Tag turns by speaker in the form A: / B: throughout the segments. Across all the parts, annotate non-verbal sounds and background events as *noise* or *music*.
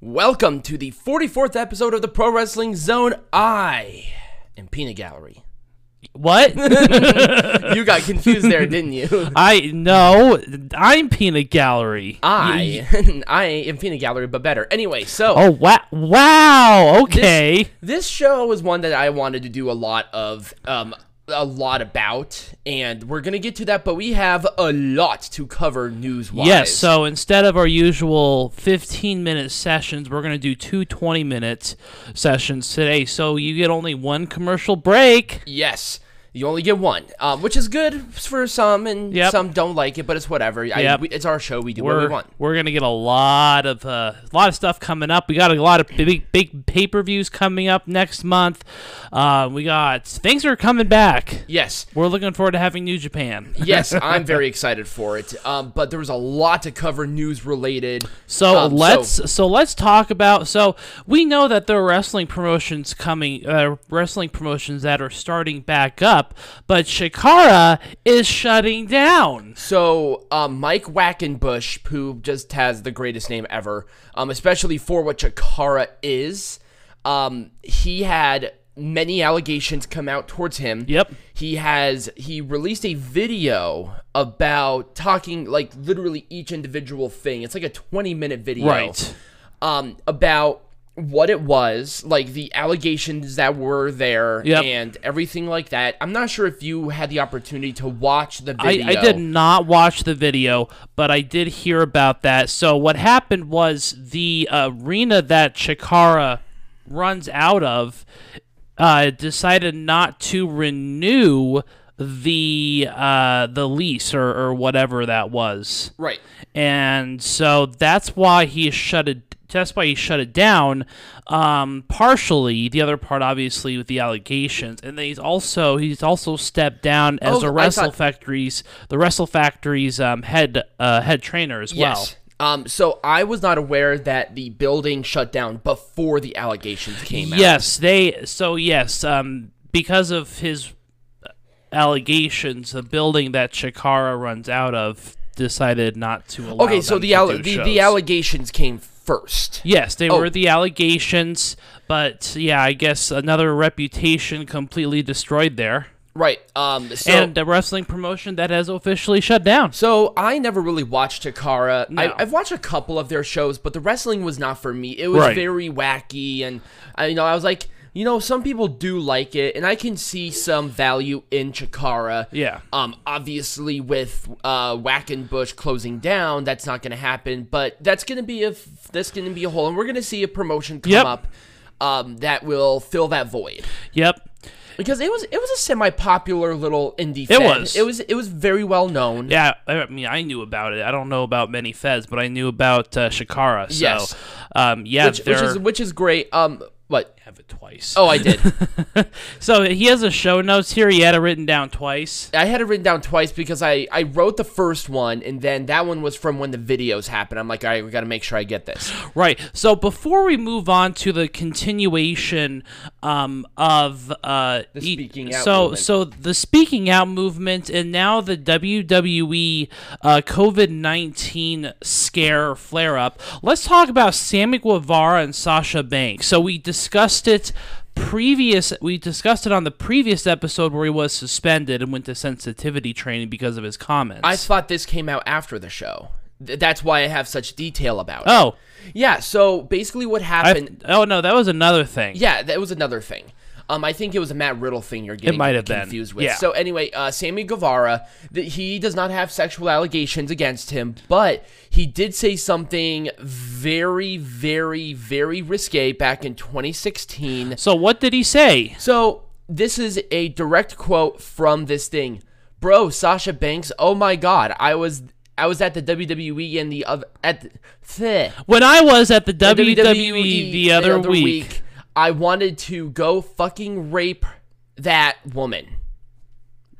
A: Welcome to the 44th episode of the Pro Wrestling Zone. I am Peanut Gallery.
B: What?
A: You got confused there, didn't
B: *laughs*
A: you?
B: I no, I'm peanut gallery.
A: I, *laughs* I am Peanut Gallery, but better. Anyway, so
B: Oh wow! Wow. Okay.
A: this show is one that I wanted to do a lot of, um, a lot about, and we're gonna get to that. But we have a lot to cover news-wise.
B: Yes. So instead of our usual 15 minute sessions, we're gonna do two 20 minute sessions today. So you get only one commercial break.
A: Yes. You only get one, um, which is good for some, and
B: Yep.
A: some don't like it, but it's whatever. I,
B: Yep.
A: we, it's our show; we do what we
B: We're
A: want.
B: we're gonna get a lot of uh, a lot of stuff coming up. We got a lot of big big pay per views coming up next month. Uh, we got things are coming back.
A: Yes,
B: We're looking forward to having New Japan.
A: yes, I'm very excited for it. Um, but there was a lot to cover news related.
B: So
A: Um, so-
B: let's so, let's talk about so we know that there are wrestling promotions coming uh, wrestling promotions that are starting back up, but Shikara is shutting down.
A: So um, Mike Wackenbush, who just has the greatest name ever, um, especially for what Chikara is, um, he had many allegations come out towards him.
B: Yep.
A: He has he released a video about talking like literally each individual thing. It's like a 20 minute video
B: Right.
A: um, about what it was, like the allegations that were there
B: Yep.
A: and everything like that. I'm not sure if you had the opportunity to watch the
B: I,
A: video.
B: I did not watch the video, but I did hear about that. So what happened was the arena that Chikara runs out of uh, decided not to renew the uh, the lease or, or whatever that was.
A: Right.
B: and so that's why he shut it. That's why he shut it down. Um, partially, the other part, obviously, with the allegations, and then he's also he's also stepped down as
A: Oh,
B: the
A: I
B: Wrestle
A: thought-
B: Factory's the Wrestle Factory's um, head uh, head trainer as well.
A: Yes. Um, so I was not aware that the building shut down before the allegations came out.
B: Yes, they. So yes, um, because of his allegations, the building that Shikara runs out of decided not to allow.
A: Okay, so
B: them
A: the,
B: to
A: alle-
B: do
A: the the
B: shows.
A: allegations came first.
B: Yes, they
A: Oh.
B: were the allegations, but yeah, I guess another reputation completely destroyed there.
A: Right. Um. So
B: and a wrestling promotion that has officially shut down.
A: so I never really watched Takara.
B: No.
A: I, I've watched a couple of their shows, but the wrestling was not for me. It was
B: Right.
A: very wacky, and I, you know, I was like. You know, some people do like it, and I can see some value in Chikara.
B: Yeah.
A: Um, obviously, with uh, Wackenbush closing down, that's not going to happen. But that's going to be a f- that's going to be a hole, and we're going to see a promotion come
B: Yep.
A: up um, that will fill that void
B: Yep.
A: because it was it was a semi popular little indie.
B: It
A: fed.
B: was.
A: It was it was very well known.
B: Yeah, I I mean, I knew about it. I don't know about many Feds, but I knew about uh, Shikara. So,
A: Yes.
B: um, yeah,
A: which, which
B: they're-
A: is which is great. Um, what?
B: have it twice.
A: Oh, I
B: *laughs*
A: did.
B: so he has a show notes here. He had it written down twice.
A: I had it written down twice because I I wrote the first one and then that one was from when the videos happened. I'm like, all right, we got to make sure I get this.
B: Right. So before we move on to the continuation um, of uh, the
A: speaking out
B: so
A: movement.
B: so the speaking out movement and now the WWE uh, COVID nineteen scare flare up. Let's talk about Sammy Guevara and Sasha Banks. So we discussed it previous we discussed it on the previous episode where he was suspended and went to sensitivity training because of his comments.
A: I thought this came out after the show. Th- that's why I have such detail about it.
B: oh,
A: Yeah. So basically, what
B: I,
A: happened?
B: oh no, that was another thing.
A: yeah, that was another thing. Um, I think it was a Matt Riddle thing you're getting
B: might have been,
A: confused with.
B: yeah.
A: So anyway, uh, Sammy Guevara, th- he does not have sexual allegations against him, but he did say something very, very, very risque back in 2016.
B: So what did he say?
A: So this is a direct quote from this thing, bro. Sasha Banks. Oh my God, I was I was at the WWE and the other at the,
B: When I was at the,
A: the E
B: WWE, E the other, week,
A: I wanted to go fucking rape that woman.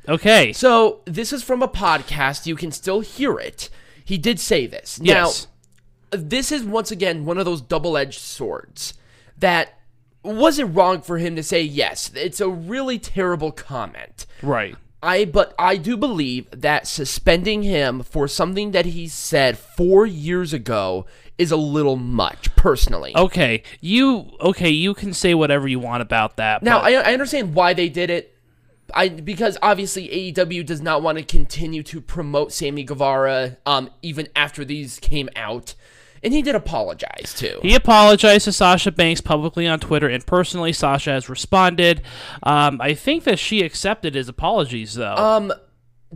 B: Okay.
A: So this is from a podcast. You can still hear it. He did say this.
B: yes.
A: Now, this is once again one of those double-edged swords that wasn't wrong for him to say yes. It's a really terrible comment.
B: right.
A: I but I do believe that suspending him for something that he said 4 years ago is a little much, personally.
B: Okay, you okay? You can say whatever you want about that.
A: Now,
B: but-
A: I, I understand why they did it. I because obviously AEW does not want to continue to promote Sammy Guevara um even after these came out. And he did apologize too.
B: He apologized to Sasha Banks publicly on Twitter, and personally, Sasha has responded. Um, I think that she accepted his apologies, though.
A: Um,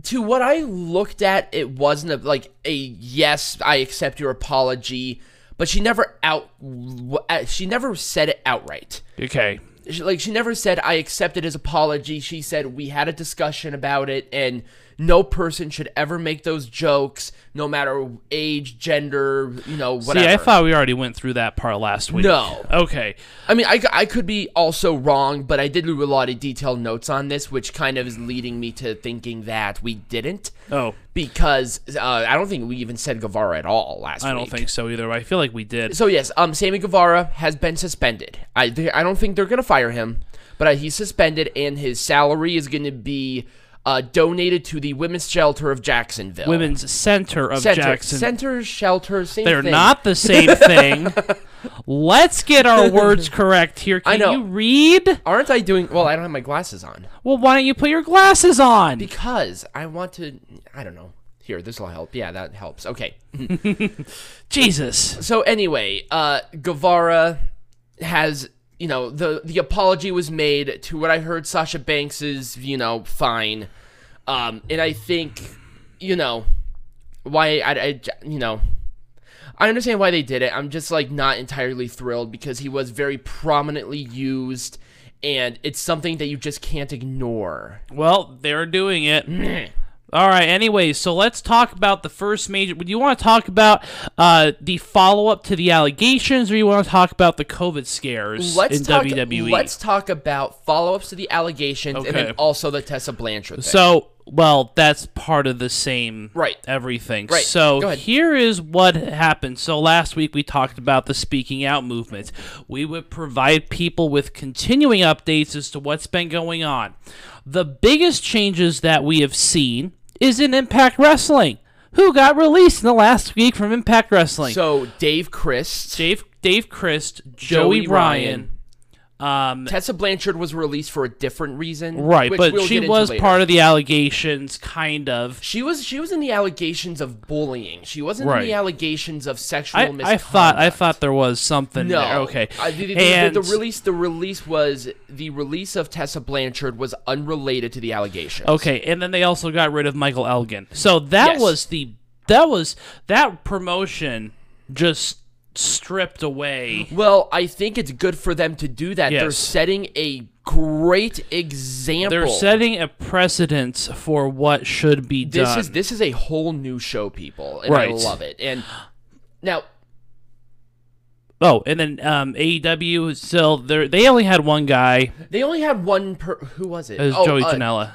A: to what I looked at, it wasn't a, like a yes, I accept your apology, but she never out w- uh, she never said it outright.
B: okay.
A: She, like she never said I accepted his apology. She said we had a discussion about it and no person should ever make those jokes no matter age, gender, you know, whatever.
B: See, I thought we already went through that part last week.
A: No.
B: Okay.
A: I mean, I, c- I could be also wrong, but I did do a lot of detailed notes on this, which kind of is leading me to thinking that we didn't.
B: Oh,
A: because uh, I don't think we even said Guevara at all last week.
B: I don't think so either. I feel like we did.
A: so. Yes, um, Sammy Guevara has been suspended. I they, I don't think they're gonna fire him, but uh, he's suspended, and his salary is gonna be uh, donated to the Women's Shelter of Jacksonville.
B: Women's Center of
A: Center,
B: Jackson.
A: Center Shelter. Same
B: They're
A: thing.
B: not
A: *laughs*
B: the same thing. Let's get our words correct here. Can
A: I know.
B: you read?
A: Aren't I doing well? I don't have my glasses on
B: Well, why don't you put your glasses on?
A: because I want to. I don't know. Here, this will help. Yeah, that helps. Okay.
B: Jesus.
A: so anyway, uh, Guevara has you know the the apology was made to what I heard Sasha Banks is you know fine, um, and I think you know why I, I you know I understand why they did it. I'm just like not entirely thrilled because he was very prominently used. And it's something that you just can't ignore.
B: Well, they're doing it. *clears throat* All right. Anyways, so let's talk about the first major. Do you want to talk about uh, the follow up to the allegations, or you want to talk about the COVID scares
A: Let's
B: in E?
A: talk.
B: WWE?
A: Let's talk about follow-ups to the allegations, and
B: Okay.
A: then also the Tessa Blanchard thing.
B: So, well, that's part of the same
A: Right.
B: everything.
A: Right. Go
B: So
A: ahead.
B: here is what happened. So last week we talked about the speaking out movement. We would provide people with continuing updates as to what's been going on. The biggest changes that we have seen is in Impact Wrestling. Who got released in the last week from Impact Wrestling?
A: So Dave Christ,
B: Dave Dave Christ, Joey,
A: Joey
B: Ryan.
A: Ryan.
B: Um,
A: Tessa Blanchard was released for a different reason,
B: right,
A: which
B: but
A: we'll
B: she
A: get into
B: was
A: later.
B: part of the allegations, kind of.
A: She was she was in the allegations of bullying. She wasn't in
B: Right.
A: the allegations of sexual
B: I,
A: misconduct.
B: I thought I thought there was something
A: no.
B: there. Okay,
A: I- the, the- the-
B: and
A: the release the release was the release of Tessa Blanchard was unrelated to the allegations.
B: okay, and then they also got rid of Michael Elgin. So that
A: Yes.
B: was the that was that promotion just stripped away.
A: Well, I think it's good for them to do that. They're
B: Yes.
A: setting a great example.
B: They're setting a precedent for what should be
A: this
B: done.
A: is this is a whole new show, people, and
B: Right.
A: I love it. And now
B: oh, and then um, AEW still they they only had one guy.
A: they only had one per who was it?
B: It was
A: oh,
B: Joey
A: uh,
B: Janela,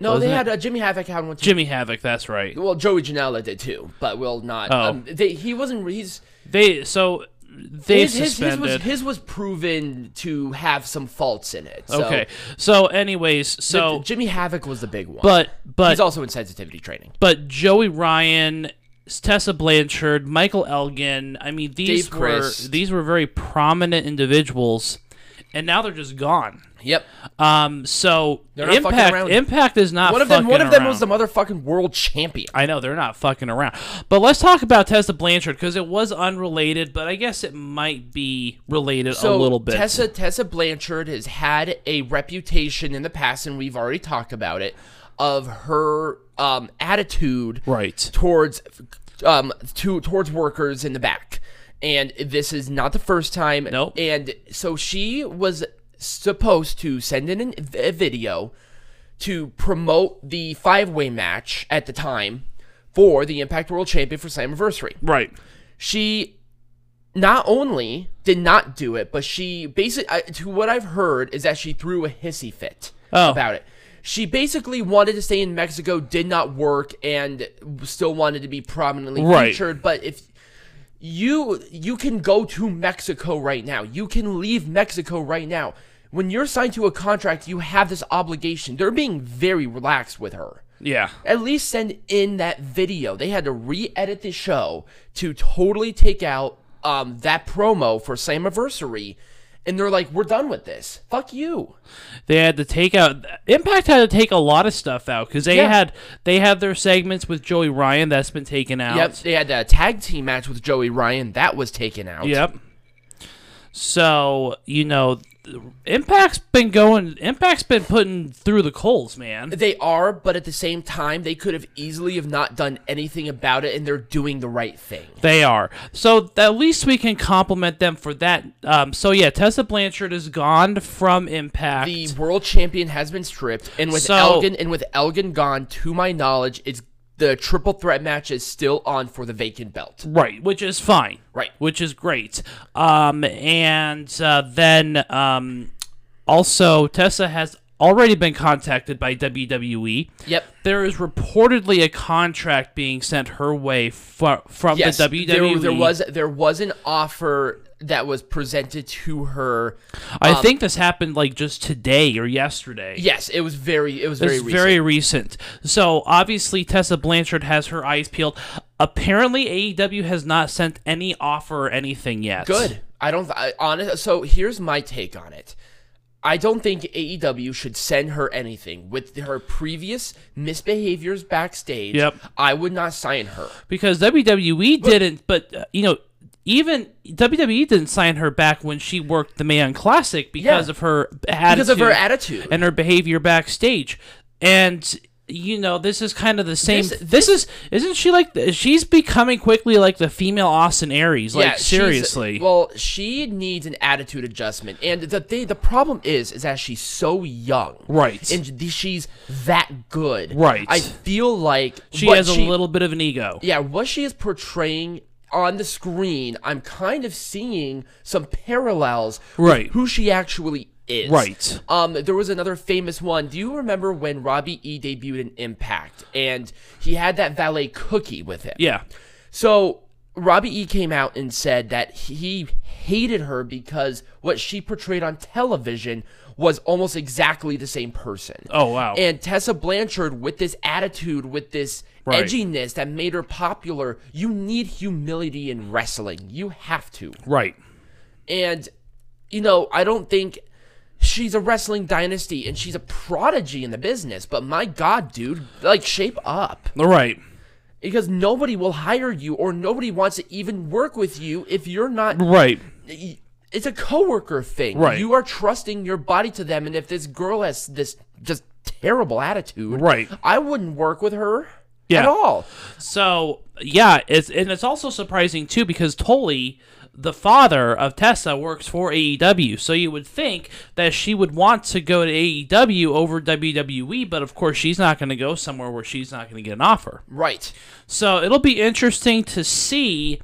A: No, they
B: wasn't it?
A: had uh, Jimmy Havoc had one. Too.
B: Jimmy Havoc. That's right.
A: well, Joey Janela did too, but will not.
B: Oh.
A: Um, they, he wasn't. He's
B: They so they
A: his, his, his
B: suspended.
A: was his was proven to have some faults in it. So
B: okay, so anyways,
A: Th-
B: so
A: Jimmy Havoc was the big one,
B: but but
A: he's also in sensitivity training.
B: but Joey Ryan, Tessa Blanchard, Michael Elgin. I mean, these
A: Dave
B: were
A: Crist.
B: these were very prominent individuals, and now they're just gone.
A: Yep.
B: Um, so
A: not fucking
B: impact
A: around.
B: impact is not
A: One of them.
B: fucking
A: One of them was
B: around.
A: the motherfucking world champion.
B: I know they're not fucking around. But let's talk about Tessa Blanchard because it was unrelated, but I guess it might be related
A: So
B: a little bit.
A: Tessa Tessa Blanchard has had a reputation in the past, and we've already talked about it, of her um, attitude
B: Right.
A: towards um to towards workers in the back and this is not the first time
B: Nope.
A: and so she was supposed to send in an, a video to promote the five-way match at the time for the impact world champion for slammiversary
B: right.
A: she not only did not do it, but she basically, to what I've heard, is that she threw a hissy fit
B: Oh.
A: about it. She basically wanted to stay in Mexico, did not work, and still wanted to be prominently
B: Right.
A: featured. But if you you can go to Mexico right now, you can leave Mexico right now. When you're signed to a contract, you have this obligation. They're being very relaxed with her.
B: Yeah.
A: At least send in that video. They had to re-edit the show to totally take out um, that promo for Slammiversary, and they're like, "We're done with this. Fuck you."
B: They had to take out Impact had to take a lot of stuff out because they
A: Yeah.
B: had they had their segments with Joey Ryan that's been taken out.
A: Yep. They had a tag team match with Joey Ryan that was taken out.
B: Yep. So you know, Impact's been going. Impact's been putting through the coals, man.
A: They are, but at the same time, they could have easily have not done anything about it, and they're doing the right thing.
B: They are. So at least we can compliment them for that. Um, so yeah, Tessa Blanchard is gone from Impact.
A: The world champion has been stripped, and with
B: So-
A: Elgin and with Elgin gone, to my knowledge, it's the triple threat match is still on for the vacant belt.
B: Right, which is fine.
A: Right.
B: which is great. Um, and uh, then um, also Tessa has already been contacted by WWE.
A: Yep.
B: There is reportedly a contract being sent her way fro- from
A: Yes,
B: the E. WWE.
A: There, there was there was an offer that was presented to her.
B: I
A: um,
B: think this happened like just today or yesterday.
A: Yes, it was very it was very
B: It's
A: recent.
B: very recent. So obviously Tessa Blanchard has her eyes peeled. Apparently AEW has not sent any offer or anything yet.
A: good. I don't I, honest. So here's my take on it. I don't think AEW should send her anything with her previous misbehaviors backstage.
B: Yep.
A: I would not sign her.
B: because WWE didn't, but uh, you know, even WWE didn't sign her back when she worked the Mayan Classic because
A: Yeah.
B: of her attitude,
A: Because of her attitude.
B: and her behavior backstage, and you know, this is kind of the same.
A: This-
B: This, is isn't she like the- she's becoming quickly like the female Austin Aries, like
A: she's-
B: seriously.
A: Well, she needs an attitude adjustment, and the thing, the problem is, is that she's so young,
B: Right.
A: And th- she's that good,
B: Right.
A: I feel like
B: she
A: what
B: has a little bit of an ego.
A: yeah. What she is portraying on the screen, I'm kind of seeing some parallels, with
B: Right.
A: who she actually is,
B: Right.
A: Um, there was another famous one. Do you remember when Robbie E debuted in Impact, and he had that valet cookie with him?
B: Yeah.
A: So Robbie E came out and said that he hated her because what she portrayed on television was almost exactly the same person.
B: Oh wow.
A: And Tessa Blanchard with this attitude, with this
B: Right.
A: edginess that made her popular, you need humility in wrestling. You have to.
B: right.
A: And you know, I don't think she's a wrestling dynasty and she's a prodigy in the business, but my god, dude, like shape up
B: Right.
A: because nobody will hire you or nobody wants to even work with you if you're not
B: Right.
A: it's a coworker thing
B: Right.
A: you are trusting your body to them and if this girl has this just terrible attitude
B: Right.
A: i wouldn't work with her at
B: Yeah.
A: all
B: So yeah, it's and it's also surprising too because Tully, the father of Tessa, works for AEW. So you would think that she would want to go to AEW over WWE, but of course she's not going to go somewhere where she's not going to get an offer.
A: right
B: So it'll be interesting to see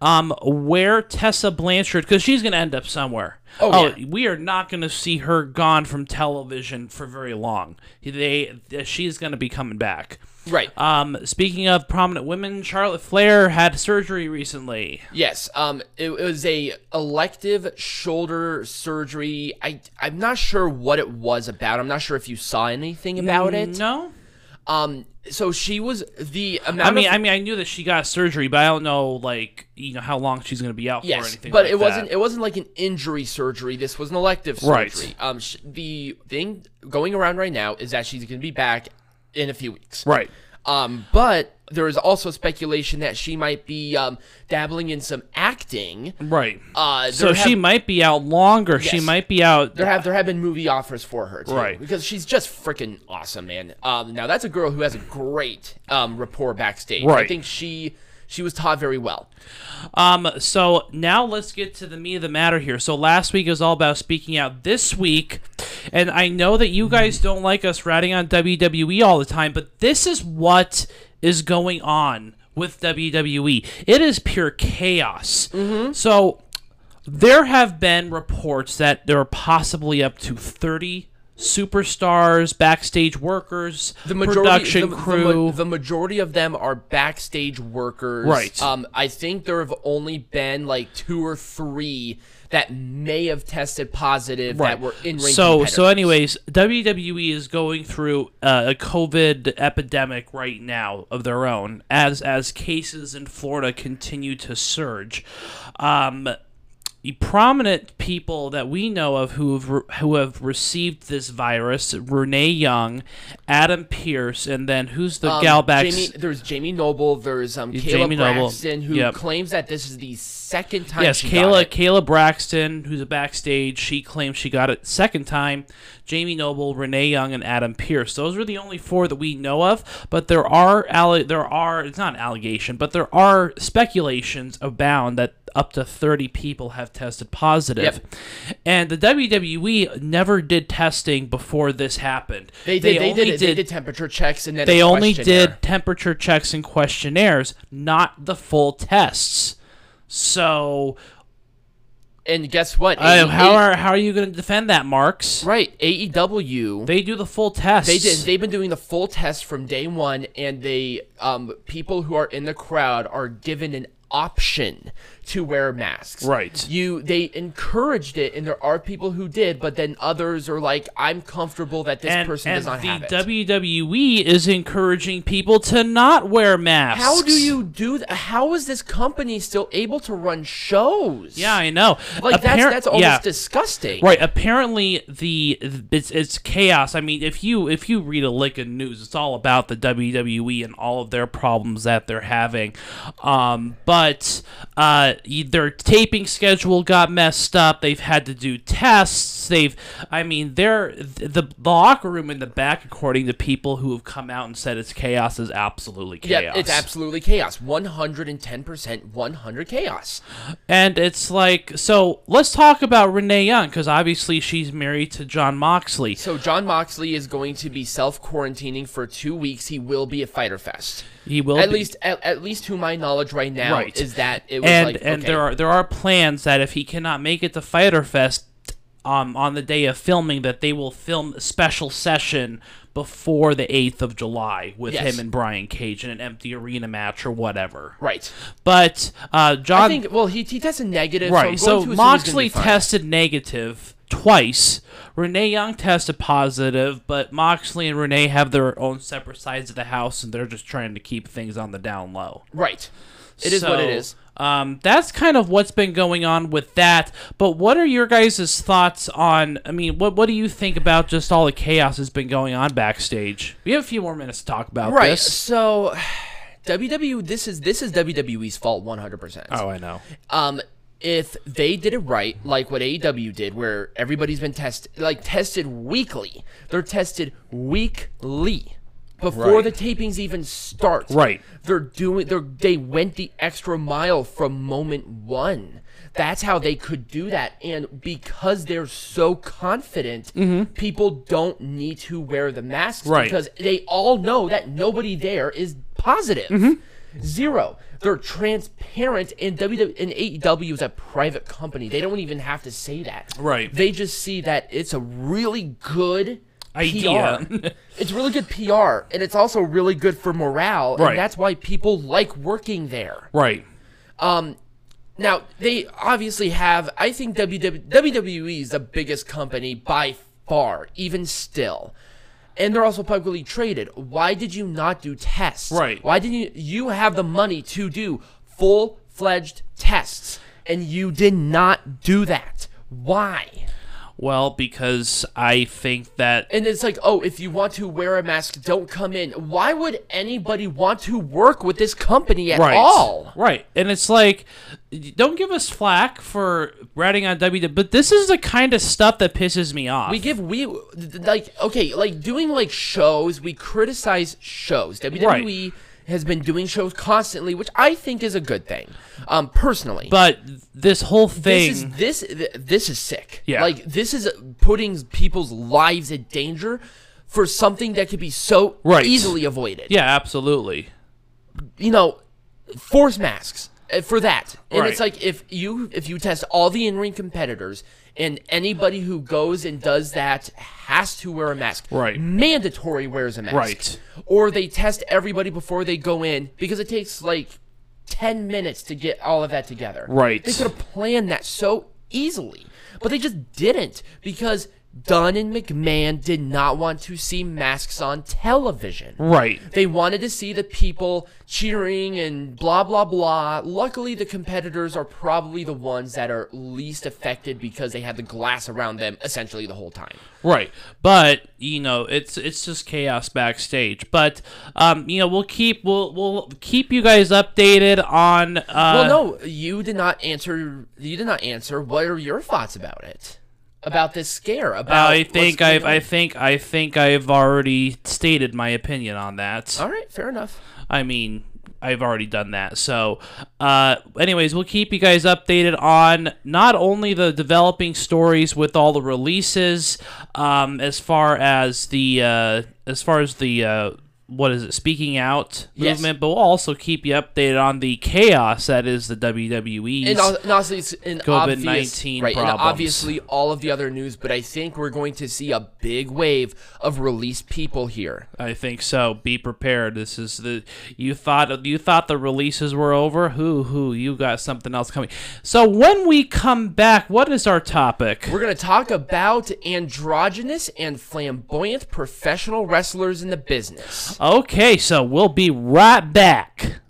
B: um, where Tessa Blanchard, because she's going to end up somewhere.
A: Oh, yeah.
B: we are not going to see her gone from television for very long. They, she's going to be coming back.
A: right
B: Um, speaking of prominent women, Charlotte Flair had surgery recently.
A: yes um it, it was a elective shoulder surgery i i'm not sure what it was about i'm not sure if you saw anything about it
B: No,
A: um so she was the amount
B: Mm. I mean,
A: of,
B: I mean, I knew that she got surgery, but I don't know, like, you know, how long she's gonna be out for or
A: Yes,
B: anything.
A: but
B: like
A: it wasn't.
B: that.
A: It wasn't like an injury surgery. This was an elective
B: Right.
A: surgery. Um, sh- the thing going around right now is that she's going to be back in a few weeks.
B: right.
A: Um, but there is also speculation that she might be um, dabbling in some acting.
B: Right.
A: Uh,
B: so
A: there
B: she
A: have-
B: might be out longer. She
A: Yes.
B: might be out.
A: there have there have been movie offers for her too,
B: Right.
A: because she's just freaking awesome, man. Um, now that's a girl who has a great um, rapport backstage. I
B: Right.
A: think she she was taught very well.
B: Um. So now let's get to the meat of the matter here. So last week was all about speaking out. This week, and I know that you guys don't like us ratting on WWE all the time, but this is what is going on with WWE. It is pure chaos.
A: Mm-hmm.
B: So there have been reports that there are possibly up to 30 superstars, backstage workers,
A: the majority,
B: production
A: the, the
B: crew.
A: ma- The, majority of them are backstage workers.
B: Right.
A: Um, I think there have only been like two or three that may have tested positive that were in ring.
B: So so anyways, WWE is going through uh, a COVID epidemic right now of their own as as cases in Florida continue to surge. Um the prominent people that we know of who have re- who have received this virus: Renee Young, Adam Pierce, and then who's
A: Um,
B: the gal back?
A: Jamie, there's Jamie Noble. There's um, Kayla
B: Jamie Noble,
A: Braxton, who
B: yep.
A: claims that this is the second time.
B: Yes,
A: she got
B: Kayla
A: it.
B: Kayla Braxton, who's a backstage, she claims she got it second time. Jamie Noble, Renee Young, and Adam Pierce. Those are the only four that we know of, but there are alle- there are it's not an allegation, but there are speculations abound that up to 30 people have tested positive. And the WWE never did testing before this happened.
A: They did. They,
B: only
A: did, They did temperature checks, and then
B: they
A: a
B: only
A: questionnaire.
B: did temperature checks and questionnaires, not the full tests. So
A: And guess what?
B: uh,
A: AE
B: how are how are you going to defend that, Marks?
A: right E AEW?
B: They do the full test.
A: They did. They've been doing the full test from day one, and they um, people who are in the crowd are given an option to wear masks.
B: Right.
A: You they encouraged it, and there are people who did, but then others are like, "I'm comfortable that this
B: and,
A: person
B: and
A: does not
B: the
A: have it."
B: WWE is encouraging people to not wear masks.
A: how do you do? Th- how is this company still able to run shows?
B: Yeah, I know.
A: like that's
B: Appar-
A: that's almost
B: yeah.
A: disgusting.
B: Right. Apparently, the it's, it's chaos. I mean, if you if you read a lick of news, it's all about the WWE and all of their problems that they're having. Um, but uh, y- their taping schedule got messed up. They've had to do tests. They've, I mean, they're th- the, the locker room in the back, according to people who have come out and said it's chaos, is absolutely chaos.
A: Yeah, it's absolutely chaos. One hundred and ten percent, one hundred chaos.
B: And it's like, so let's talk about Renee Young because obviously she's married to John Moxley.
A: So John Moxley is going to be self quarantining for two weeks. He will be at Fighter Fest.
B: He will
A: at
B: be.
A: least, at, at least to my knowledge right now,
B: Right.
A: is that it was
B: and
A: like
B: and
A: okay,
B: there are there are plans that if he cannot make it to Fighter Fest um, on the day of filming that they will film a special session before the 8th of July with
A: Yes.
B: him and Brian Cage in an empty arena match or whatever.
A: right.
B: But uh, John
A: I think well, he he tested negative.
B: right.
A: So, I'm going to
B: So
A: assume he's gonna
B: Moxley
A: be fine.
B: tested negative twice. Renee Young tested positive, but Moxley and Renee have their own separate sides of the house and they're just trying to keep things on the down low.
A: Right. It is what it
B: So,
A: is.
B: Um, that's kind of what's been going on with that. But what are your guys' thoughts on? I mean, what what do you think about just all the chaos that's been going on backstage? We have a few more minutes to talk about
A: Right.
B: this.
A: So. *sighs* WWE, this is this is WWE's fault, one hundred percent.
B: Oh, I know.
A: um, if they did it right, like what AEW did, where everybody's been tested, like tested weekly. They're tested weekly before
B: Right.
A: the tapings even start.
B: Right.
A: They're doing. They're they went the extra mile from moment one. That's how they could do that, and because they're so confident, people don't need to wear the masks
B: Mm-hmm. Right.
A: because they all know that nobody there is positive.
B: Mm-hmm.
A: Zero. They're transparent, and WWE and AEW is a private company. They don't even have to say that.
B: Right.
A: They just see that it's a really good
B: Idea.
A: PR. it's really good PR, and it's also really good for morale.
B: Right.
A: And that's why people like working there.
B: Right.
A: Now they obviously have. I think WW, WWE E is the biggest company by far, even still, and they're also publicly traded. Why did you not do tests?
B: Right.
A: Why didn't you? You have the money to do full fledged tests, and you did not do that. Why?
B: Well, because I think that
A: And it's like, oh, if you want to wear a mask, don't come in. Why would anybody want to work with this company at
B: right,
A: all?
B: right, and it's like, don't give us flack for ratting on WWE, but this is the kind of stuff that pisses me off.
A: We give we like okay, like doing like shows. We criticize shows. WWE has been doing shows constantly, which I think is a good thing, um, personally.
B: but this whole thing.
A: this is this th- this is sick.
B: Yeah.
A: like this is putting people's lives in danger for something that could be so
B: Right.
A: easily avoided.
B: yeah, absolutely.
A: you know, force masks. uh, for that. And it's
B: Right.
A: like if you if you test all the in-ring competitors and anybody who goes and does that has to wear a mask.
B: Right.
A: Mandatory wears a mask.
B: Right.
A: Or they test everybody before they go in because it takes like 10 minutes to get all of that together.
B: Right.
A: They could have planned that so easily, but they just didn't because Dunn and McMahon did not want to see masks on television.
B: Right.
A: They wanted to see the people cheering and blah, blah, blah. Luckily, the competitors are probably the ones that are least affected because they had the glass around them essentially the whole time.
B: Right, but you know it's it's just chaos backstage. But um, you know we'll keep we'll we'll keep you guys updated on. Uh,
A: well, no, you did not answer. You did not answer. What are your thoughts about it? About this scare? About
B: I
A: what's
B: think
A: going
B: I've
A: on?
B: I think I think I've already stated my opinion on that.
A: All right, fair enough.
B: I mean, I've already done that. So, uh, anyways, we'll keep you guys updated on not only the developing stories with all the releases, um, as far as the uh, as far as the uh, what is it, speaking out
A: Yes.
B: movement, but we'll also keep you updated on the chaos that is the WWE.
A: And, al- and also, it's an obvious,
B: COVID-19
A: right? And
B: problems.
A: obviously, all of the other news, but I think we're going to see a big wave of released people here.
B: I think so. Be prepared. This is the you thought you thought the releases were over. Who who you got something else coming. So when we come back, what is our topic?
A: We're going to talk about androgynous and flamboyant professional wrestlers in the business,
B: Okay, so we'll be right back.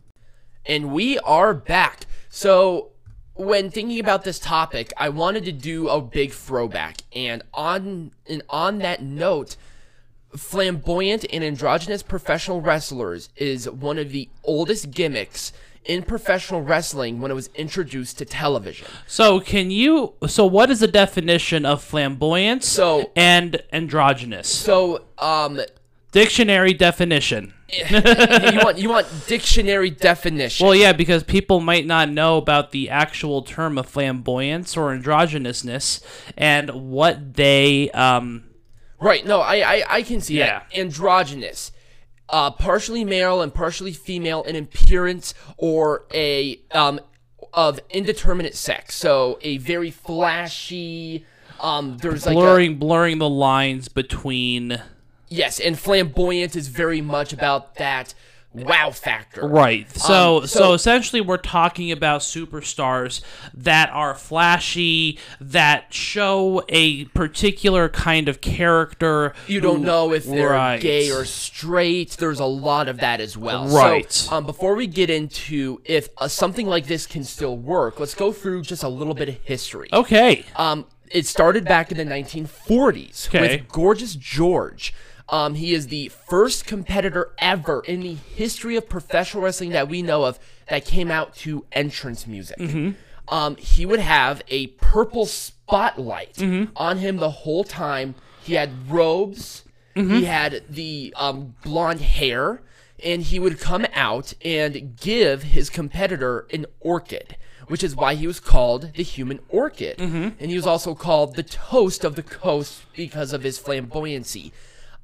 A: and we are back. So. When thinking about this topic, I wanted to do a big throwback, and on and on that note, flamboyant and androgynous professional wrestlers is one of the oldest gimmicks in professional wrestling when it was introduced to television.
B: So can you? So what is the definition of flamboyance?
A: So-
B: and androgynous
A: So, um,
B: dictionary definition.
A: you want you want dictionary definition?
B: Well, yeah, because people might not know about the actual term of flamboyance or androgynousness and what they um
A: right? No, I I, I can see that
B: Yeah.
A: androgynous. Uh, partially male and partially female in appearance or a um of indeterminate sex. So a very flashy um there's like a,
B: blurring blurring the lines between
A: Yes, and flamboyant is very much about that wow factor.
B: right so,
A: Um,
B: so
A: so-
B: essentially we're talking about superstars that are flashy that show a particular kind of character
A: You don't know if they're
B: Right.
A: gay or straight. There's a lot of that as well.
B: Right.
A: So, um, before we get into if uh, something like this can still work, let's go through just a little bit of history.
B: okay
A: Um, it started back in the 1940s
B: Okay.
A: with Gorgeous George. Um, he is the first competitor ever in the history of professional wrestling that we know of that came out to entrance music. Um, he would have a purple spotlight on him the whole time. He had robes. He had the um, blonde hair, and he would come out and give his competitor an orchid, which is why he was called the human orchid. And he was also called the toast of the coast because of his flamboyancy.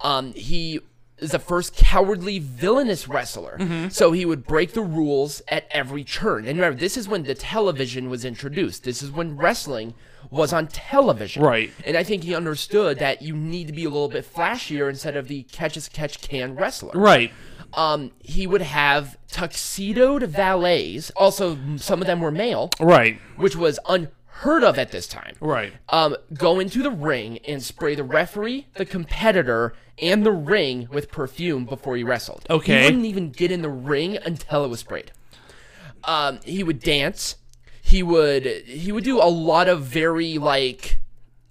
A: Um, he is the first cowardly villainous wrestler. So he would break the rules at every turn. And remember, this is when the television was introduced. This is when wrestling was on television.
B: Right.
A: And I think he understood that you need to be a little bit flashier instead of the catch as catch can wrestler.
B: right
A: Um, he would have tuxedoed valets. Also, some of them were male,
B: right
A: which was unheard of at this time.
B: right
A: Um, go into the ring and spray the referee, the competitor, and the ring with perfume before he wrestled.
B: Okay.
A: He wouldn't even get in the ring until it was sprayed. Um, he would dance. He would he would do a lot of very like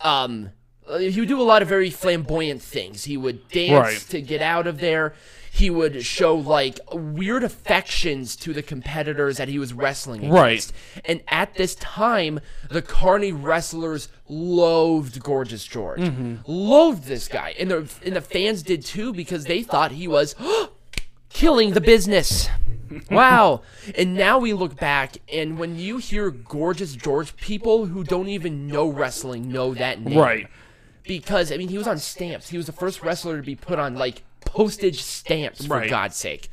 A: um uh, he would do a lot of very flamboyant things. He would dance
B: Right.
A: to get out of there. He would show like weird affections to the competitors that he was wrestling
B: Right.
A: against. And at this time, the Carney wrestlers loathed Gorgeous George,
B: Mm-hmm.
A: loathed this guy, and the and the fans did too because they thought he was *gasps* killing the
B: *laughs*
A: business. Wow. and now we look back, and when you hear Gorgeous George, people who don't even know wrestling know that name
B: right
A: because I mean he was on stamps. He was the first wrestler to be put on like postage stamps for
B: Right.
A: God's sake.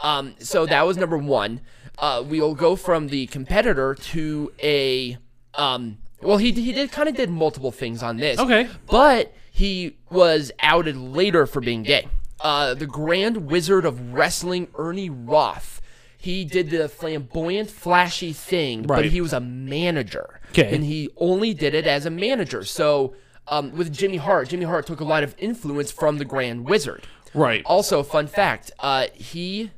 A: Um, so that was number one. Uh, we'll go from the competitor to a. Um, well, he he did kind of did multiple things on this.
B: Okay.
A: but he was outed later for being gay. Uh, the Grand Wizard of Wrestling, Ernie Roth. He did the flamboyant, flashy thing, but
B: Right.
A: he was a manager.
B: Okay.
A: And he only did it as a manager. So, um, with Jimmy Hart, Jimmy Hart took a lot of influence from the Grand Wizard.
B: Right.
A: Also, fun fact: uh, he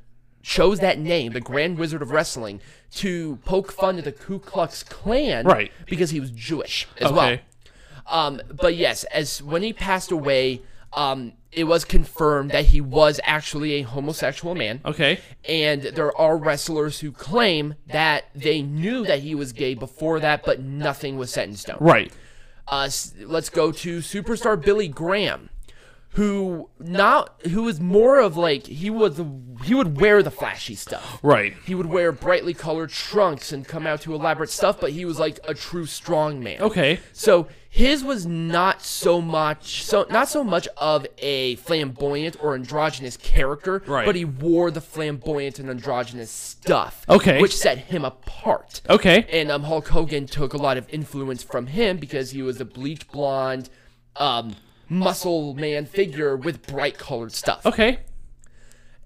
A: chose that name, the Grand Wizard of Wrestling, to poke fun at the Ku Klux Klan,
B: Right.
A: Because he was Jewish as
B: Okay.
A: well. Um, but yes, as when he passed away, um, it was confirmed that he was actually a homosexual man.
B: Okay.
A: And there are wrestlers who claim that they knew that he was gay before that, but nothing was set in stone.
B: Right.
A: Uh, s- let's go to superstar Billy Graham, who not who was more of like he was he would wear the flashy stuff.
B: Right.
A: He would wear brightly colored trunks and come out to elaborate stuff, but he was like a true strong man.
B: Okay.
A: So his was not so much so not so much of a flamboyant or androgynous character,
B: Right.
A: but he wore the flamboyant and androgynous stuff.
B: Okay.
A: Which set him apart.
B: Okay.
A: And um, Hulk Hogan took a lot of influence from him because he was a bleach blonde, um, muscle man figure with bright colored stuff.
B: Okay.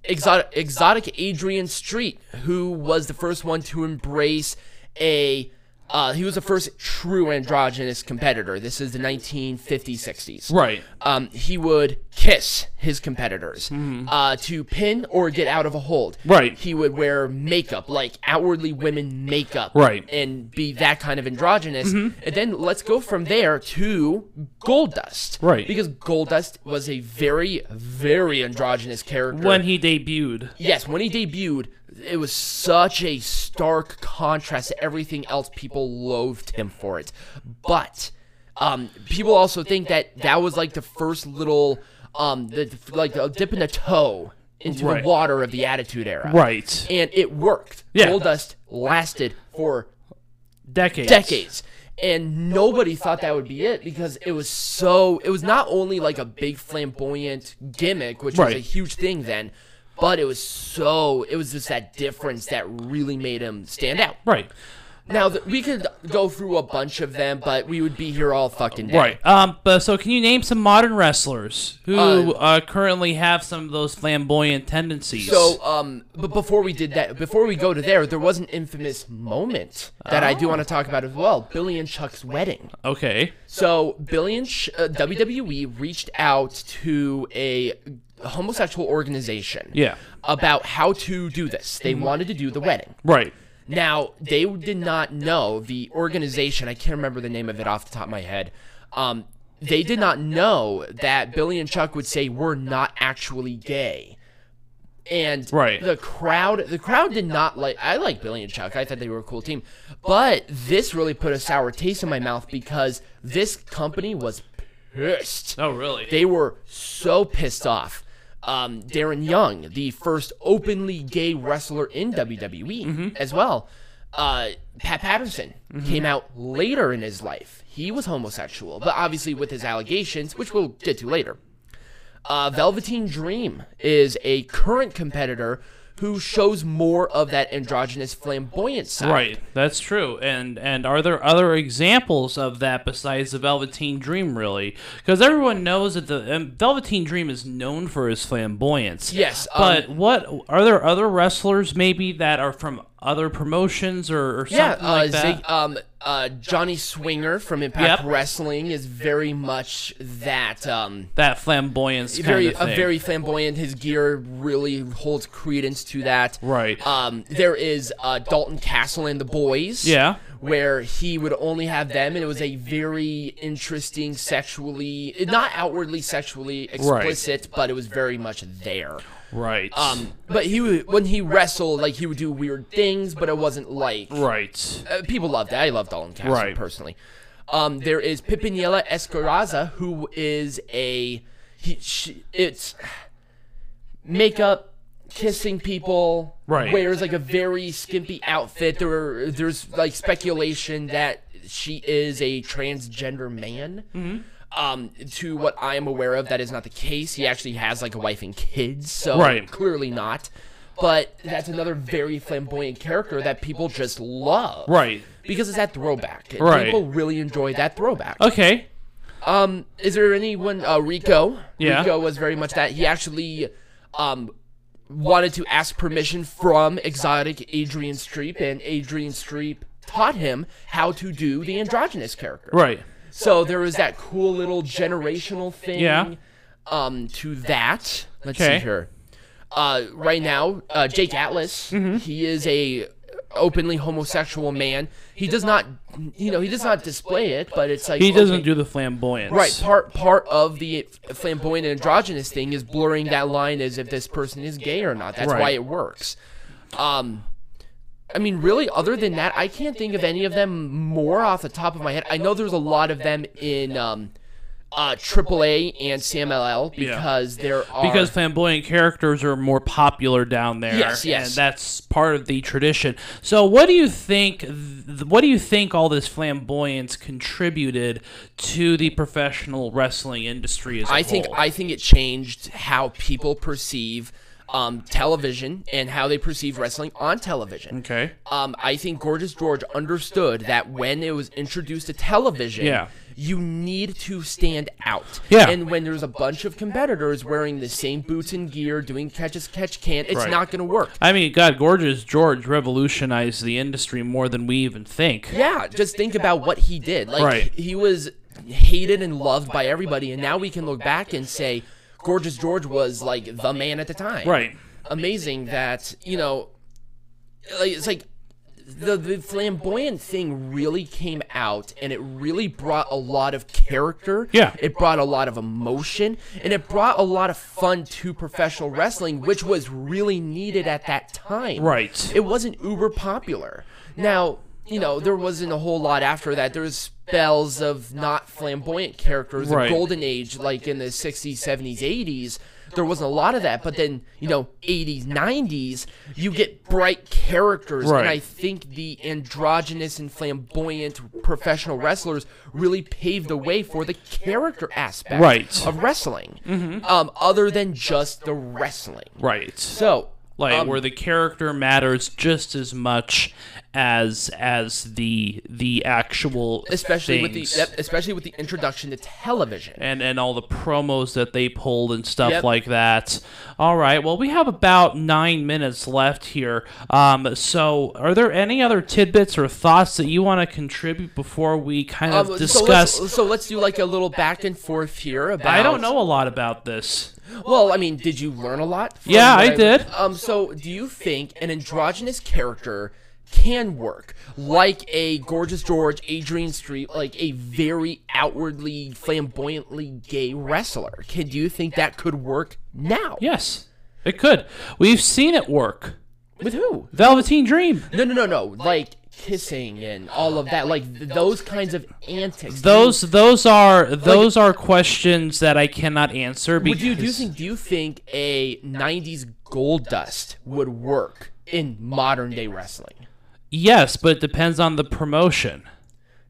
A: Exotic, exotic Adrian Street, who was the first one to embrace a. Uh, he was the first true androgynous competitor. This is the 1950s, 60s.
B: Right.
A: Um, he would kiss his competitors uh, to pin or get out of a hold.
B: Hmm. Right.
A: He would wear makeup, like outwardly women makeup.
B: Right. Mm-hmm.
A: And be that kind of androgynous. And then let's go from there to Goldust.
B: Right.
A: Because Goldust was a very, very androgynous character.
B: When he debuted.
A: Yes, when he debuted, it was such a stark contrast to everything else. People loathed him for it. But um, people also think that that was like the first little, um, the, like a dip in the toe into
B: Right.
A: the water of the Attitude Era.
B: Right.
A: And it worked.
B: Yeah.
A: Goldust lasted for
B: Decades.
A: decades. And nobody thought that would be it because it was so. It was not only like a big flamboyant gimmick, which was
B: Right.
A: a huge thing then, but it was so. It was just that difference that really made him stand out.
B: Right.
A: Now, th- we could go through a bunch of them, but we would be here all fucking day.
B: Right. Um. But so, can you name some modern wrestlers who uh, currently have some of those flamboyant tendencies?
A: So, um, but before we did that, before we go to there, there was an infamous moment that I do want to talk about as well Billy and Chuck's wedding.
B: Okay.
A: So Billy and Sh- uh, WWE reached out to a homosexual organization.
B: Yeah.
A: About how to do this. They wanted to do the wedding.
B: Right.
A: Now they did not know the organization. I can't remember the name of it off the top of my head. Um, they did not know that Billy and Chuck would say we're not actually gay. And
B: Right.
A: the crowd, the crowd did not like. I like Billy and Chuck. I thought they were a cool team, but this really put a sour taste in my mouth because this company was pissed.
B: Oh, really?
A: They were so pissed off. Um, Darren Young, the first openly gay wrestler in WWE, as well. Uh, Pat Patterson came out later in his life. He was homosexual, but obviously with his allegations, which we'll get to later. Uh, Velveteen Dream is a current competitor who shows more of that androgynous, flamboyant side.
B: Right, that's true. And and are there other examples of that besides the Velveteen Dream, really? Because everyone knows that the um, Velveteen Dream is known for his flamboyance.
A: Yes, um,
B: but what are there other wrestlers maybe that are from other promotions or, or
A: Yeah,
B: something
A: uh,
B: like that?
A: Zig, um, uh, Johnny Swinger from Impact
B: Yep.
A: Wrestling is very much that. Um,
B: that flamboyance kind
A: very
B: of thing.
A: a very flamboyant. His gear really holds credence to that.
B: Right.
A: Um, there is uh, Dalton Castle and the Boys.
B: Yeah.
A: Where he would only have them, and it was a very interesting, sexually not outwardly sexually explicit, but it was very much there.
B: right,
A: Um, but he would, when he wrestled, like he would do weird things, but it wasn't like
B: right,
A: uh, people love that. I love Dalton Castle
B: Right.
A: personally. Um, there is Pipinella Escaraza, who is a he, she, it's makeup kissing people.
B: Right.
A: Wears like a very skimpy outfit. There were, there's like speculation that she is a transgender man.
B: Mm-hmm.
A: Um, to what I am aware of, that is not the case. He actually has like a wife and kids, so
B: Right.
A: clearly not. but that's another very flamboyant character that people just love.
B: Right.
A: Because it's that throwback. and
B: Right. Uh,
A: People really enjoy that throwback.
B: Okay.
A: Um, is there anyone? Uh, Rico.
B: Yeah.
A: Rico was very much that. He actually, um, wanted to ask permission from exotic Adrian Streep, and Adrian Streep taught him how to do the androgynous character.
B: Right.
A: So there was that cool little generational thing.
B: Yeah.
A: Um, to that. Let's
B: Okay.
A: see here. Uh, right now, uh, Jake Atlas.
B: Mm-hmm.
A: He is a openly homosexual man. He does not, you know, he does not display it, but it's like
B: He doesn't
A: okay,
B: do the flamboyance.
A: Right, part part of the flamboyant and androgynous thing is blurring that line as if this person is gay or not. That's why
B: Right.
A: it works. Um, I mean, really, other than that, I can't think of any of them more off the top of my head. I know there's a lot of them in um, uh, AAA and CMLL because there are
B: because flamboyant characters are more popular down there.
A: Yes, yes.
B: And that's part of the tradition. So, what do you think? th- What do you think all this flamboyance contributed to the professional wrestling industry as a
A: I think
B: whole?
A: I think it changed how people perceive um, television and how they perceive wrestling on television.
B: okay.
A: um, I think Gorgeous George understood that when it was introduced to television,
B: Yeah.
A: you need to stand out.
B: Yeah.
A: And when there's a bunch of competitors wearing the same boots and gear, doing catch as catch can, it's
B: Right.
A: not going to work.
B: I mean, God, Gorgeous George revolutionized the industry more than we even think.
A: Yeah, just think about what he did. Like
B: Right.
A: he was hated and loved by everybody, and now we can look back and say Gorgeous George was like the man at the time.
B: Right.
A: amazing that you know like, it's like the, the flamboyant thing really came out and it really brought a lot of character
B: Yeah.
A: it brought a lot of emotion and it brought a lot of fun to professional wrestling which was really needed at that time
B: Right.
A: it wasn't uber popular now you know there wasn't a whole lot after that there was spells of not flamboyant characters the
B: Right.
A: golden age like in the 60s 70s 80s there wasn't a lot of that but then you know 80s 90s you get bright characters and
B: Right.
A: i think the androgynous and flamboyant professional wrestlers really paved the way for the character aspect
B: Right.
A: of wrestling um, other than just the wrestling
B: Right.
A: so um,
B: like where the character matters just as much as as the the actual
A: especially with the
B: things.
A: yep, especially with the introduction to television.
B: and and all the promos that they pulled and stuff
A: Yep.
B: like that. All right, well we have about nine minutes left here. Um, so are there any other tidbits or thoughts that you want to contribute before we kind of
A: Um,
B: discuss?
A: So let's, so let's do like a little back and forth here about.
B: I don't know a lot about this.
A: Well, I mean, did you learn a lot? from
B: Yeah,
A: what
B: I did.
A: Um, so do you think an androgynous character can work like a gorgeous George, Adrian Street, like a very outwardly flamboyantly gay wrestler? Can do you think that could work now?
B: Yes, it could. We've seen it work.
A: With who?
B: Velveteen Dream.
A: No, no, no, no. Like kissing and all of that, like th- those kinds of antics. Do you
B: Those those are those are questions that I cannot answer
A: Would
B: because
A: you do you think do you think a '90s gold dust would work in modern day wrestling?
B: yes, but it depends on the promotion.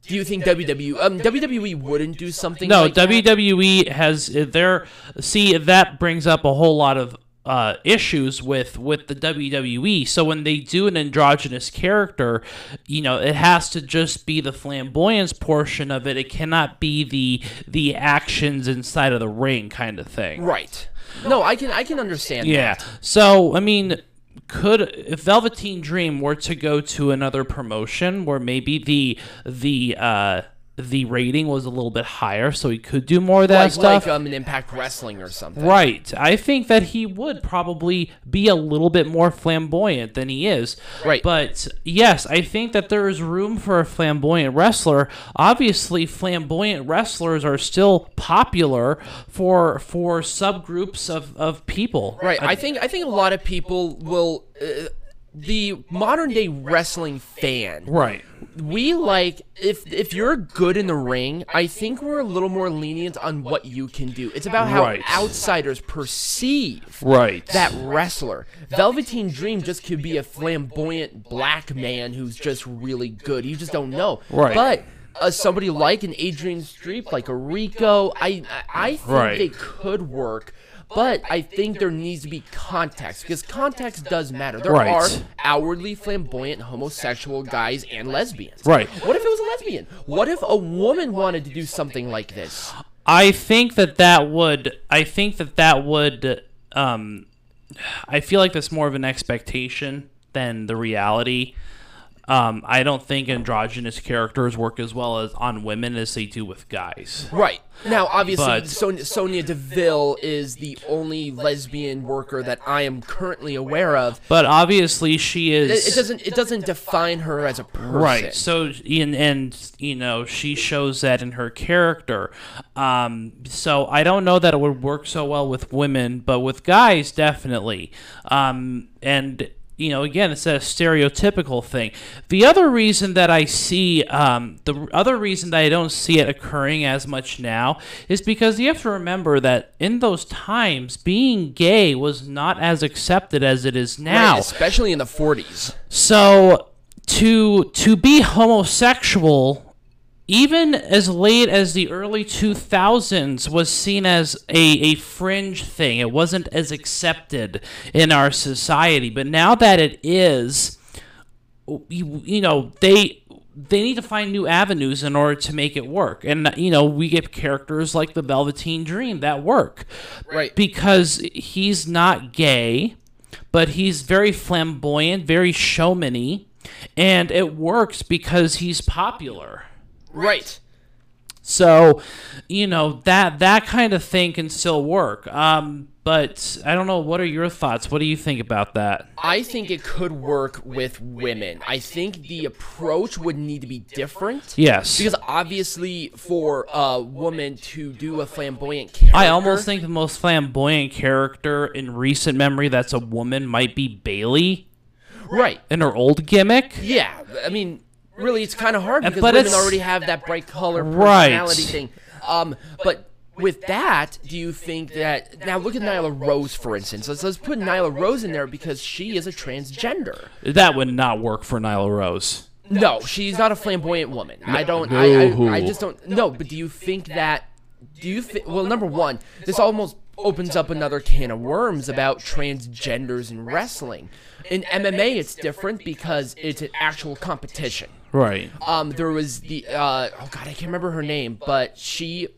A: Do you think WWE um, WWE wouldn't do something?
B: No,
A: like that?
B: WWE has their see that brings up a whole lot of uh, issues with with the WWE. So when they do an androgynous character, you know it has to just be the flamboyance portion of it. It cannot be the the actions inside of the ring kind of thing.
A: right? No, I can I can understand. that.
B: Yeah. So I mean, could if Velveteen Dream were to go to another promotion where maybe the the uh, the rating was a little bit higher, so he could do more of that
A: Like,
B: stuff.
A: like um, an Impact Wrestling or something.
B: Right. I think that he would probably be a little bit more flamboyant than he is.
A: Right.
B: But yes, I think that there is room for a flamboyant wrestler. Obviously, flamboyant wrestlers are still popular for for subgroups of, of people.
A: Right. I think I think a lot of people will. Uh, the modern day wrestling fan
B: Right.
A: we like if if you're good in the ring, I think we're a little more lenient on what you can do. It's about how
B: Right.
A: outsiders perceive
B: Right.
A: that wrestler. Velveteen Dream just could be a flamboyant black man who's just really good. You just don't know.
B: Right.
A: But uh, somebody like an Adrian Streep, like a Rico, I I I think
B: Right.
A: they could work. But I think there needs to be context because context does matter. There
B: Right.
A: are outwardly flamboyant homosexual guys and lesbians.
B: Right.
A: What if it was a lesbian? What if a woman wanted to do something like this?
B: I think that that would. I think that that would. Um, I feel like that's more of an expectation than the reality. Um, I don't think androgynous characters work as well as on women as they do with guys.
A: Right. Now, obviously,
B: But-
A: Sonia, Sonia Deville is the only lesbian worker that I am currently aware of.
B: But obviously, she is.
A: It, it doesn't it doesn't define her as a person.
B: Right. So and and you know she shows that in her character. Um, so I don't know that it would work so well with women, but with guys definitely. Um, and you know again it's a stereotypical thing. The other reason that I see um, the r- other reason that I don't see it occurring as much now is because you have to remember that in those times being gay was not as accepted as it is now.
A: Right, especially in the 40s.
B: So to to be homosexual even as late as the early 2000s was seen as a, a fringe thing it wasn't as accepted in our society but now that it is you, you know they they need to find new avenues in order to make it work and you know we get characters like the velveteen dream that work
A: Right.
B: because he's not gay, but he's very flamboyant, very showmany, and it works because he's popular.
A: Right.
B: So, you know that that kind of thing can still work. Um, but I don't know. What are your thoughts? What do you think about that?
A: I think it could work with women. I think the approach would need to be different.
B: Yes,
A: Because obviously, for a woman to do a flamboyant character,
B: I almost think the most flamboyant character in recent memory that's a woman might be Bailey
A: right.
B: in her old gimmick.
A: Yeah, I mean, really, it's kind of hard because
B: but
A: women
B: it's-
A: already have that bright color
B: Right.
A: personality thing. Um, but with that, do you think that now look at Nyla Rose for instance? Let's let's put Nyla Rose in there because she is a transgender.
B: That would not work for Nyla Rose.
A: No, she's not a flamboyant woman. I don't. I,
B: No.
A: I, I just don't. No, but do you think that? Do you think? Well, number one, this almost opens up another can of worms about transgenders in wrestling. In MMA, it's different because it's an actual competition.
B: Right.
A: Um, there was the uh, oh god, I can't remember her name, but she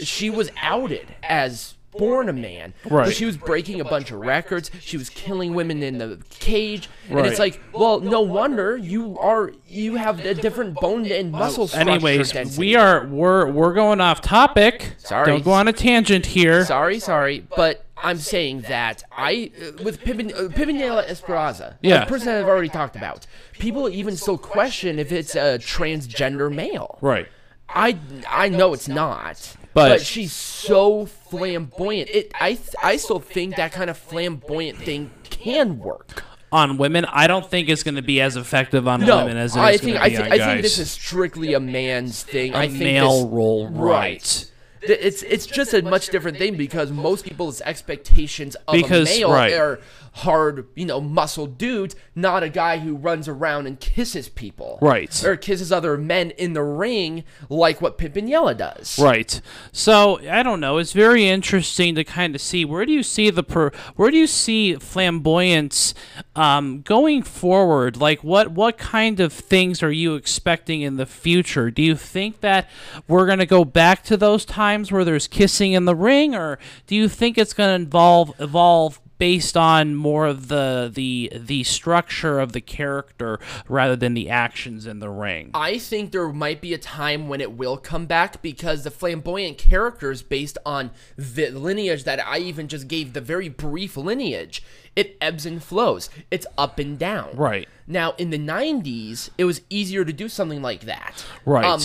A: she was outed as born a man.
B: Right.
A: She was breaking a bunch of records. She was killing women in the cage, and it's
B: Right.
A: like, well, no wonder you are you have a different bone and muscle structure.
B: Anyways,
A: density.
B: we are we're we're going off topic.
A: Sorry.
B: Don't go on a tangent here.
A: sorry, sorry, but I'm saying that I uh, with Pibin, uh, Pibinella Esperanza,
B: Yeah.
A: the person I've already talked about, people even still question if it's a transgender male.
B: Right.
A: I I know it's not,
B: But-
A: but, she's so flamboyant. It I th- I still think that kind of flamboyant thing can work.
B: On women, I don't think it's going to be as effective on
A: No,
B: women as it is
A: I
B: going
A: think
B: to
A: I
B: be
A: think
B: on
A: I
B: guys.
A: think this is strictly a man's thing.
B: a
A: I think
B: male
A: this,
B: role, right?
A: Right. th- it's it's just a much different thing because most people's expectations of
B: Because-
A: a male
B: right.
A: are hard, you know, muscle dudes, not a guy who runs around and kisses people,
B: Right.
A: or kisses other men in the ring like what Pimpinella does,
B: Right. So I don't know. It's very interesting to kind of see where do you see the per, where do you see flamboyance um, going forward? Like what what kind of things are you expecting in the future? Do you think that we're gonna go back to those times where there's kissing in the ring, or do you think it's gonna involve evolve? based on more of the the the structure of the character rather than the actions in the ring.
A: I think there might be a time when it will come back because the flamboyant characters, based on the lineage that I even just gave, the very brief lineage, it ebbs and flows. It's up and down.
B: Right.
A: Now, in the 90s, it was easier to do something like that.
B: Right.
A: Um,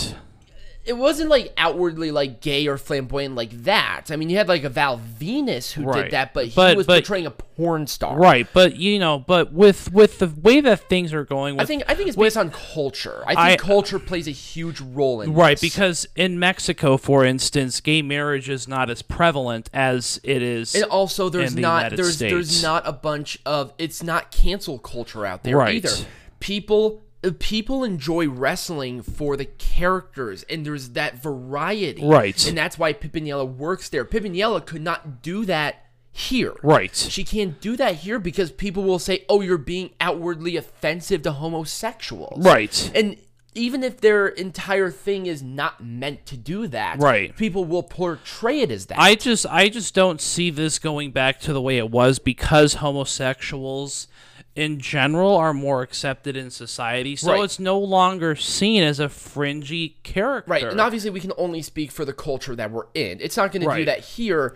A: it wasn't like outwardly like gay or flamboyant like that. I mean, you had like a Val Venus who
B: Right.
A: did that, but he
B: But-
A: was
B: but-
A: portraying a porn star.
B: Right, but you know, but with with the way that things are going, with,
A: I think I think it's based on culture. I think
B: I-
A: culture plays a huge role in
B: right
A: this.
B: because in Mexico, for instance, gay marriage is not as prevalent as it is.
A: And also, there's
B: in the
A: not
B: United
A: there's
B: States.
A: there's not a bunch of it's not cancel culture out there
B: Right.
A: either. People uh, people enjoy wrestling for the characters, and there's that variety,
B: Right.
A: And that's why Pipinella works there. Pipinella could not do that here.
B: Right.
A: She can't do that here because people will say, "Oh, you're being outwardly offensive to homosexuals."
B: Right.
A: And even if their entire thing is not meant to do that,
B: Right.
A: people will portray it as that.
B: I just I just don't see this going back to the way it was because homosexuals in general are more accepted in society. So
A: Right.
B: it's no longer seen as a fringy character.
A: Right. And obviously, we can only speak for the culture that we're in. It's not going to do
B: Right.
A: that here.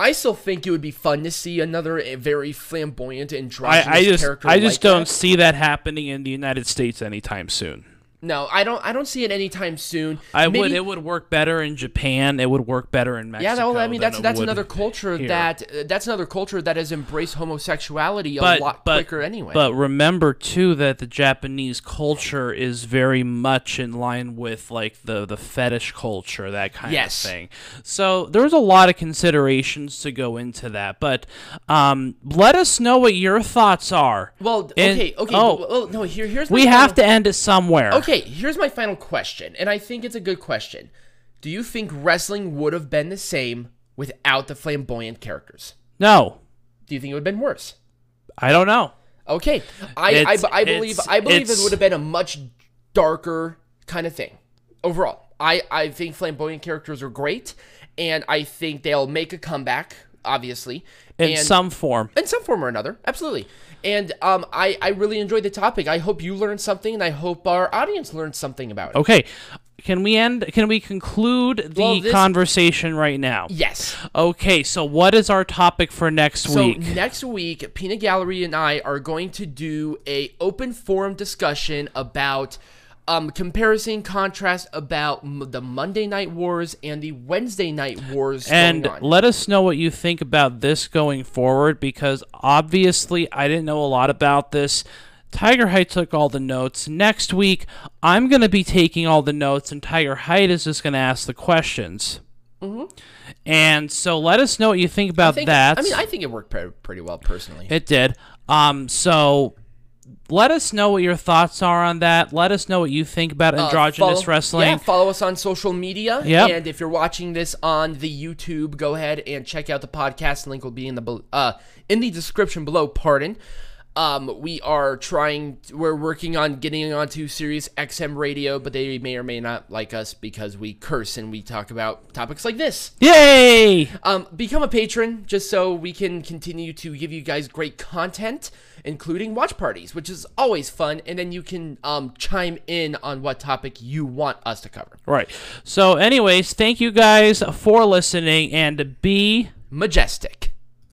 A: I still think it would be fun to see another eh, very flamboyant and
B: I, I just
A: character.
B: I just
A: like
B: don't
A: that.
B: see that happening in the United States anytime soon.
A: No, I don't. I don't see it anytime soon.
B: I
A: Maybe-
B: would it would work better in Japan. It would work better in Mexico.
A: Yeah, no, I mean
B: than
A: that's
B: it
A: that's
B: would
A: another culture
B: here.
A: that uh, that's another culture that has embraced homosexuality a
B: but,
A: lot
B: but,
A: quicker anyway.
B: But remember too that the Japanese culture is very much in line with like the the fetish culture, that kind
A: Yes.
B: of thing. So there's a lot of considerations to go into that. But um, let us know what your thoughts are.
A: well,
B: And-
A: okay, okay.
B: Oh,
A: well, no, here, here's my
B: we
A: final-
B: have to end it somewhere.
A: Okay, here's my final question, and I think it's a good question. Do you think wrestling would have been the same without the flamboyant characters?
B: No,
A: Do you think it would have been worse?
B: I don't know.
A: Okay, I I,
B: It's-
A: I believe
B: it's-
A: I believe it
B: it's-
A: would have been a much darker kind of thing overall. I I think flamboyant characters are great, and I think they'll make a comeback. Obviously,
B: In
A: and
B: some form.
A: in some form or another absolutely and um, I, I really enjoyed the topic i hope you learned something and i hope our audience learned something about it
B: Okay. Can we end? Can we conclude the
A: Well, this-
B: conversation right now?
A: yes
B: Okay. So, what is our topic for next
A: so
B: week?
A: next week pina gallery and i are going to do a open forum discussion about um, comparison contrast about m- the monday night wars and the wednesday night wars
B: and
A: going on.
B: let us know what you think about this going forward because obviously I didn't know a lot about this. Tiger Height took all the notes. Next week, I'm going to be taking all the notes, and Tiger Height is just going to ask the questions. Mm-hmm. And so let us know what you think
A: I
B: about
A: think-
B: that.
A: i mean i think it worked pre- pretty well personally
B: It did. Um, so let us know what your thoughts are on that. Let us know what you think about androgynous
A: follow-
B: wrestling.
A: Yeah, follow us on social media.
B: Yep.
A: And if you're watching this on the YouTube, go ahead and check out the podcast. Link will be in the bel- uh in the description below. Pardon. Um, we are trying. We're working on getting onto Sirius XM radio, but they may or may not like us because we curse and we talk about topics like this.
B: Yay!
A: Um, become a patron just so we can continue to give you guys great content, including watch parties, which is always fun. And then you can um, chime in on what topic you want us to cover.
B: Right. So, anyways, thank you guys for listening and be.
A: Majestic.